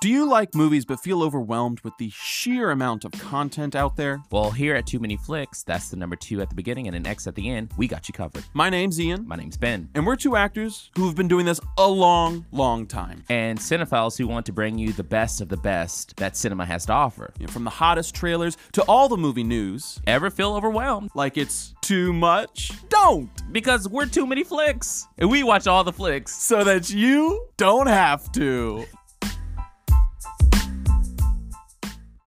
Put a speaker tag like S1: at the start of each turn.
S1: Do you like movies but feel overwhelmed with the sheer amount of content out there?
S2: Well, here at Too Many Flicks, that's the number two at the beginning and an X at the end, we got you covered.
S1: My name's Ian,
S2: My name's Ben.
S1: and we're two actors who have been doing this a long, long time.
S2: And cinephiles who want to bring you the best of the best that cinema has to offer.
S1: You know, from the hottest trailers to all the movie news,
S2: Ever feel overwhelmed?
S1: like it's too much? Don't!
S2: Because we're Too Many Flicks. And we watch all the flicks.
S1: So that you don't have to.